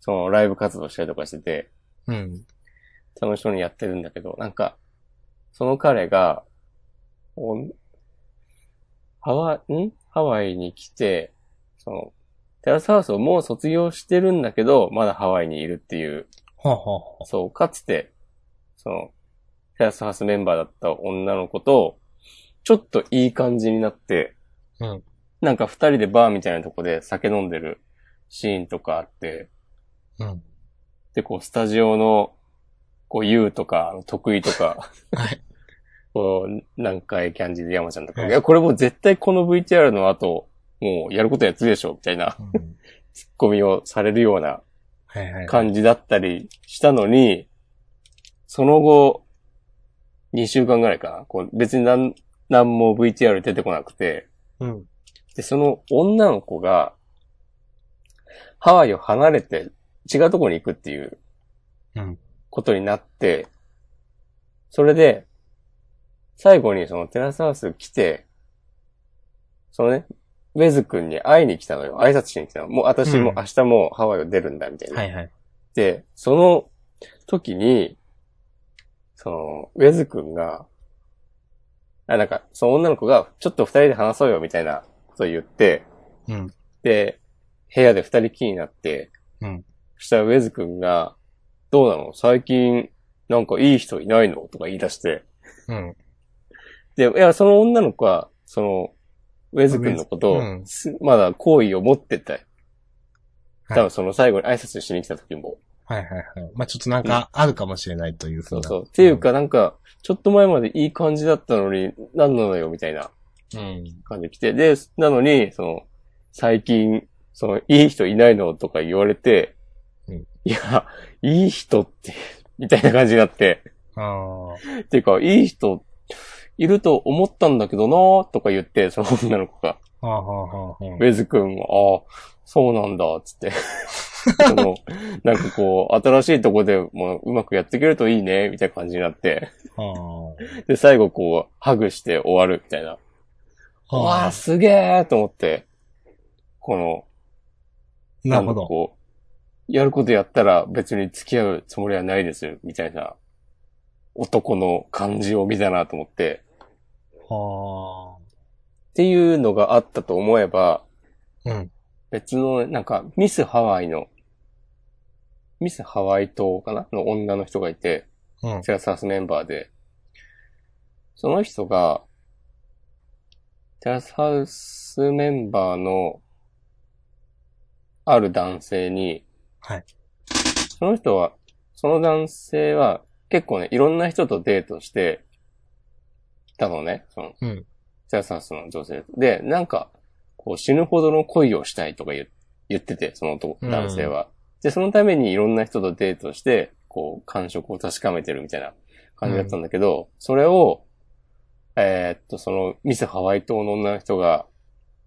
そのライブ活動したりとかしてて、うん。楽しそうにやってるんだけど、なんか、その彼が、おハワイ、んハワイに来て、その、テラスハウスをもう卒業してるんだけど、まだハワイにいるっていう、はあ、はあはあ、そう、かつて、その、テラスハウスメンバーだった女の子と、ちょっといい感じになって、うんなんか二人でバーみたいなとこで酒飲んでるシーンとかあって、うん。で、こう、スタジオの、こう、優とか、得意とか、 *laughs* はいこう、南海キャンディーで山ちゃんとか、はいい、や、これもう絶対この VTR の後、もうやることやってるでしょ、みたいなうん。ツッコミをされるようなはいはい。感じだったりしたのに、その後、2週間ぐらいかな。こう別になん、なんも VTR 出てこなくて、うん。で、その女の子が、ハワイを離れて違うところに行くっていううん。ことになって、それで、最後にそのテラスハウス来て、そのね、ウェズ君に会いに来たのよ。挨拶しに来たの。もう私もうん明日もうハワイを出るんだ、みたいな。はいはい。で、その時に、その、ウェズ君が、あ、なんか、その女の子が、ちょっと二人で話そうよ、みたいなことを言って、うん。で、部屋で二人きりになって、うんそしたらウェズ君が、どうなの最近、なんかいい人いないのとか言い出して。うん。で、いや、その女の子は、その、ウェズ君のことウをェズうん、すまだ好意を持ってた。多は分その最後に挨拶しに来た時も。はいはいはい。まあ、ちょっとなんかあるかもしれないというふうそな。うそう。っていうか、なんか、ちょっと前までいい感じだったのに、何なのよ、みたいなうん。感じで来て、で、なのに、その、最近、その、いい人いないのとか言われて、うんいや、いい人って、 *laughs* みたいな感じになって、ああ。っていうか、いい人、いると思ったんだけどなーとか言って、その女の子が、はあはあはあはウェズ君は、ああ、そうなんだ、つって。 *laughs* その、なんかこう、新しいとこでもううまくやっていけるといいね、みたいな感じになって。あ。はで、最後こう、ハグして終わる、みたいな。あ。わあ、すげえと思って、この、なるほんかど。こう、やることやったら別に付き合うつもりはないです、みたいな、男の感じを見たなと思って、はっていうのがあったと思えば、あ。うん。別の、なんか、ミスハワイの、ミスハワイ島かなの女の人がいて、うん。セラサースメンバーで、その人が、テラスハウスメンバーの、ある男性に、はいその人は、その男性は、結構ね、いろんな人とデートして、たのね、その、うんテラスハウスの女性と。で、なんか、こう死ぬほどの恋をしたいとか言言ってて、その男うん男性は。で、そのためにいろんな人とデートして、こう、感触を確かめてるみたいな感じだったんだけど、それを、えーっと、その、ミスハワイ島の女の人が、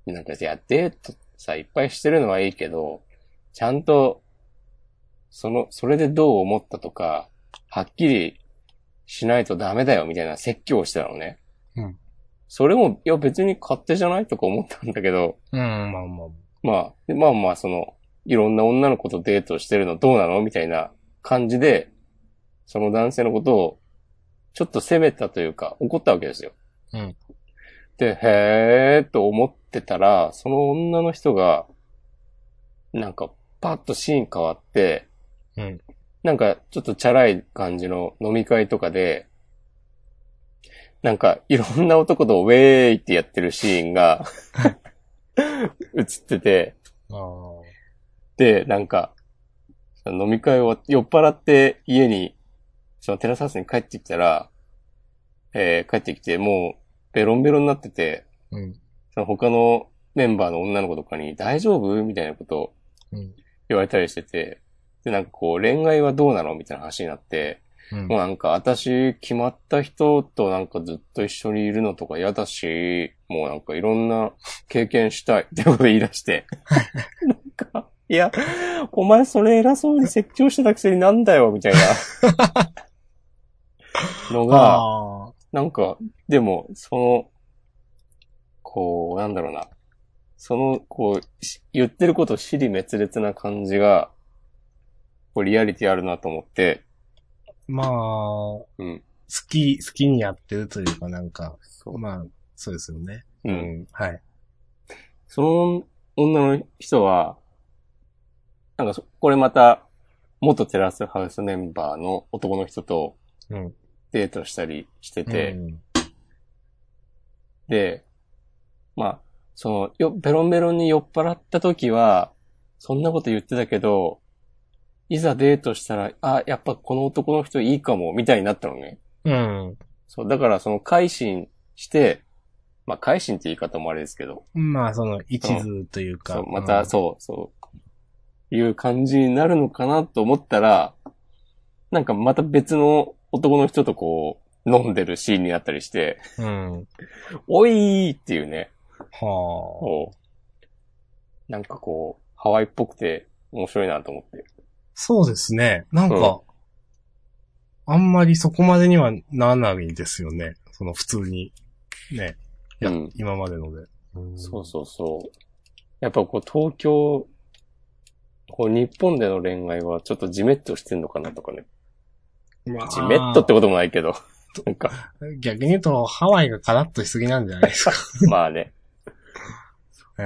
なんか、いや、デートさ、いっぱいしてるのはいいけど、ちゃんと、その、それでどう思ったとか、はっきりしないとダメだよ、みたいな説教をしてたのね。うん。それも、いや、別に勝手じゃないとか思ったんだけど、うん、まあまあ。まあ、でまあまあ、その、いろんな女の子とデートしてるのどうなのみたいな感じで、その男性のことを、ちょっと責めたというか、怒ったわけですよ。うん。で、へーと思ってたら、その女の人が、なんか、パッとシーン変わって、うん。なんか、ちょっとチャラい感じの飲み会とかで、なんか、いろんな男とウェーイってやってるシーンが、映ってて、ああ。で、なんか、飲み会を酔っ払って家に、そのテラスハウスに帰ってきたら、えー帰ってきてもうベロンベロンになってて、うん。その他のメンバーの女の子とかに大丈夫みたいなことをうん。言われたりしてて、で、なんかこう恋愛はどうなのみたいな話になって、うんもう。なんか私決まった人となんかずっと一緒にいるのとか嫌だし、もうなんかいろんな経験したいってことで言い出して。なんか、いや、お前それ偉そうに説教してたくせになんだよ、みたいな。のが、ああ。なんか、でも、その、こう、なんだろうな。その、こう、し言ってること死に滅裂な感じが、こうリアリティあるなと思って、まあ、うん。好き、好きにやってるというかなんか、そうまあ、そうですよね。う。。うんはい。その女の人は、なんかそ、これまた、元テラスハウスメンバーの男の人とうん。デートしたりしてて、うん、で、まあ、その、よ、ベロンベロンに酔っ払った時は、そんなこと言ってたけど、いざデートしたら、あ、やっぱこの男の人いいかも、みたいになったのね。うん。そう、だからその改心して、まあ改心って言い方もあれですけど、まあ、その、一途というか。そう、また、そう、そう、いう感じになるのかなと思ったら、なんかまた別の男の人とこう、飲んでるシーンになったりして、うん。うん。おいーっていうね、はあ。こう、なんかこう、ハワイっぽくて面白いなと思って。そうですね。なんうか、あんまりそこまでにはならないですよね。その、普通に。ね。いや、うん今までので。うんそうそうそう。やっぱこう、東京、こう、日本での恋愛はちょっとジメッとしてんのかなとかね。まあジメッとってこともないけど、なんか、逆に言うと、ハワイがカラッとしすぎなんじゃないですか。まあね。え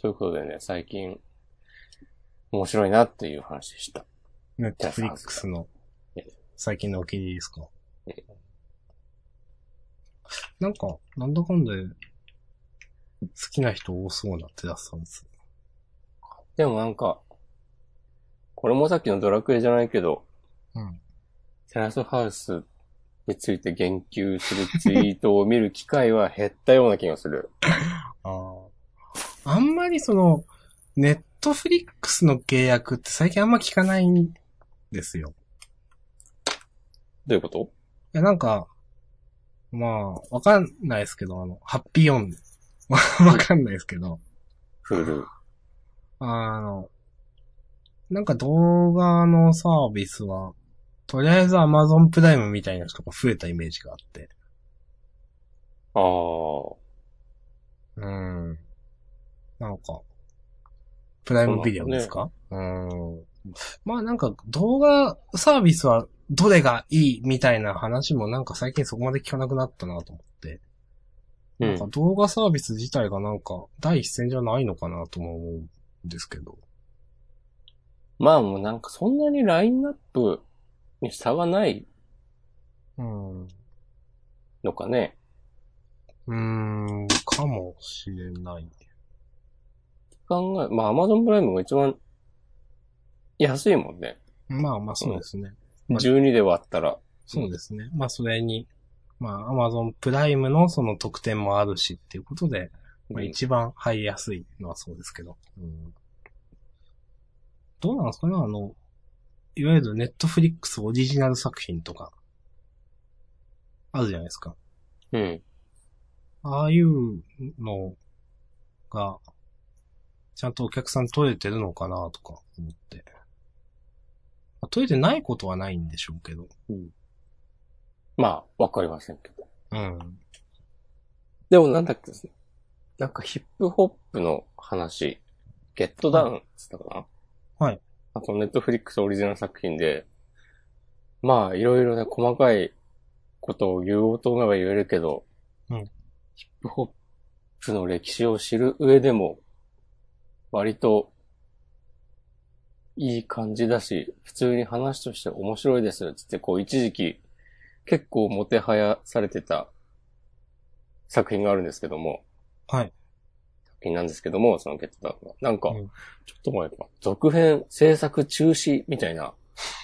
ということでね、最近、面白いなっていう話でした。ー、ネットフリックスの最近のお気に入りですかえ。なんか、なんだかんだで、好きな人多そうなテラスハウス。でもなんか、これもさっきのドラクエじゃないけど、うんテラスハウスについて言及するツイートを見る機会は減ったような気がする。あーあんまりその、ネットフリックスの契約って最近あんま聞かないんですよ。どういうこといや、なんか、まあ、わかんないですけど、あの、ハッピーオン。 *laughs* わわかんないですけど、フル。あの、なんか動画のサービスは、とりあえず Amazon プライムみたいな人が増えたイメージがあって。ああ。うん。なんか、プライムビデオですかうん。まあなんか動画サービスはどれがいいみたいな話もなんか最近そこまで聞かなくなったなと思って。うなんかん。動画サービス自体がなんか第一線じゃないのかなとも思うんですけど。まあもうなんかそんなにラインナップに差がないうん。うのかね。ーん、かもしれない。考え、まあ Amazon プライムが一番安いもんね。まあまあそうですね。まあ12で割ったら。そうですね。まあそれに、まあ Amazon プライムのその特典もあるしっていうことで、まあ一番入りやすいのはそうですけど。うん、どうなんですかねあの、いわゆるネットフリックスオリジナル作品とか、あるじゃないですか。うん。ああいうのが、ちゃんとお客さん取れてるのかなとか思って。まあ取れてないことはないんでしょうけど。まあ、わかりませんけど。うん。でもなんだっけ、なんかヒップホップの話、ゲットダウンっつったかなはい。あとネットフリックスオリジナル作品で、まあいろいろね、細かいことを言おうと思えば言えるけど、うんヒップホップの歴史を知る上でも、割と、いい感じだし、普通に話として面白いです。つって、こう一時期、結構もてはやされてた作品があるんですけども。はい。作品なんですけども、そのゲットダウンは。なんか、うんちょっと前か、続編制作中止みたい *laughs* な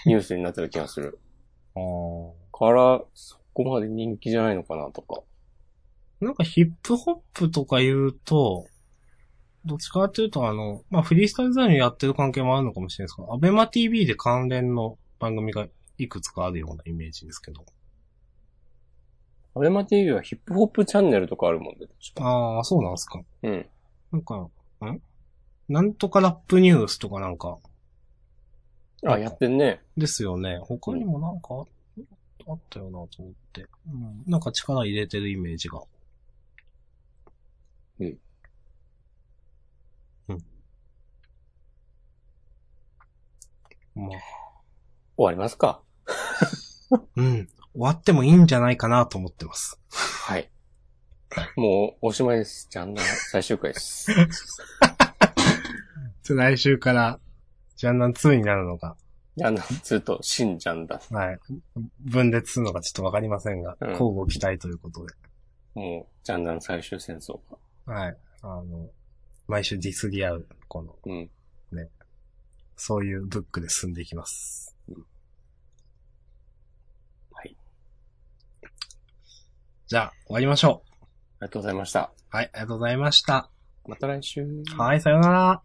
ニュースになってる気がする。ああ。から、そこまで人気じゃないのかなとか。なんかヒップホップとか言うと、どっちかっていうとあの、まあ、フリースタイルザインやってる関係もあるのかもしれないですけど、アベマ TV で関連の番組がいくつかあるようなイメージですけど。アベマ TV はヒップホップチャンネルとかあるもんで、確か。ああ、そうなんですか。うん。なんか、んなんとかラップニュースとかなんか、あ、やってんね。ですよね。他にもなんかああったよなと思って。うん。なんか力入れてるイメージが。うん。うん。まあ、終わりますか。うん。終わってもいいんじゃないかなと思ってます。はい。もう、おしまいです。ジャンナン最終回 *laughs* です。来週から、ジャンナン2になるのか、ジャンナン2と新ジャンダン。はい。分裂するのかちょっとわかりませんが、うん交互期待ということで。もう、ジャンダン最終戦争が。はい。あの、毎週ディスり合う、この、うん。そういうブックで進んでいきます。はい。じゃあ、終わりましょありがとうございました。う。はい、ありがとうございました。また来週。はい、さようなら。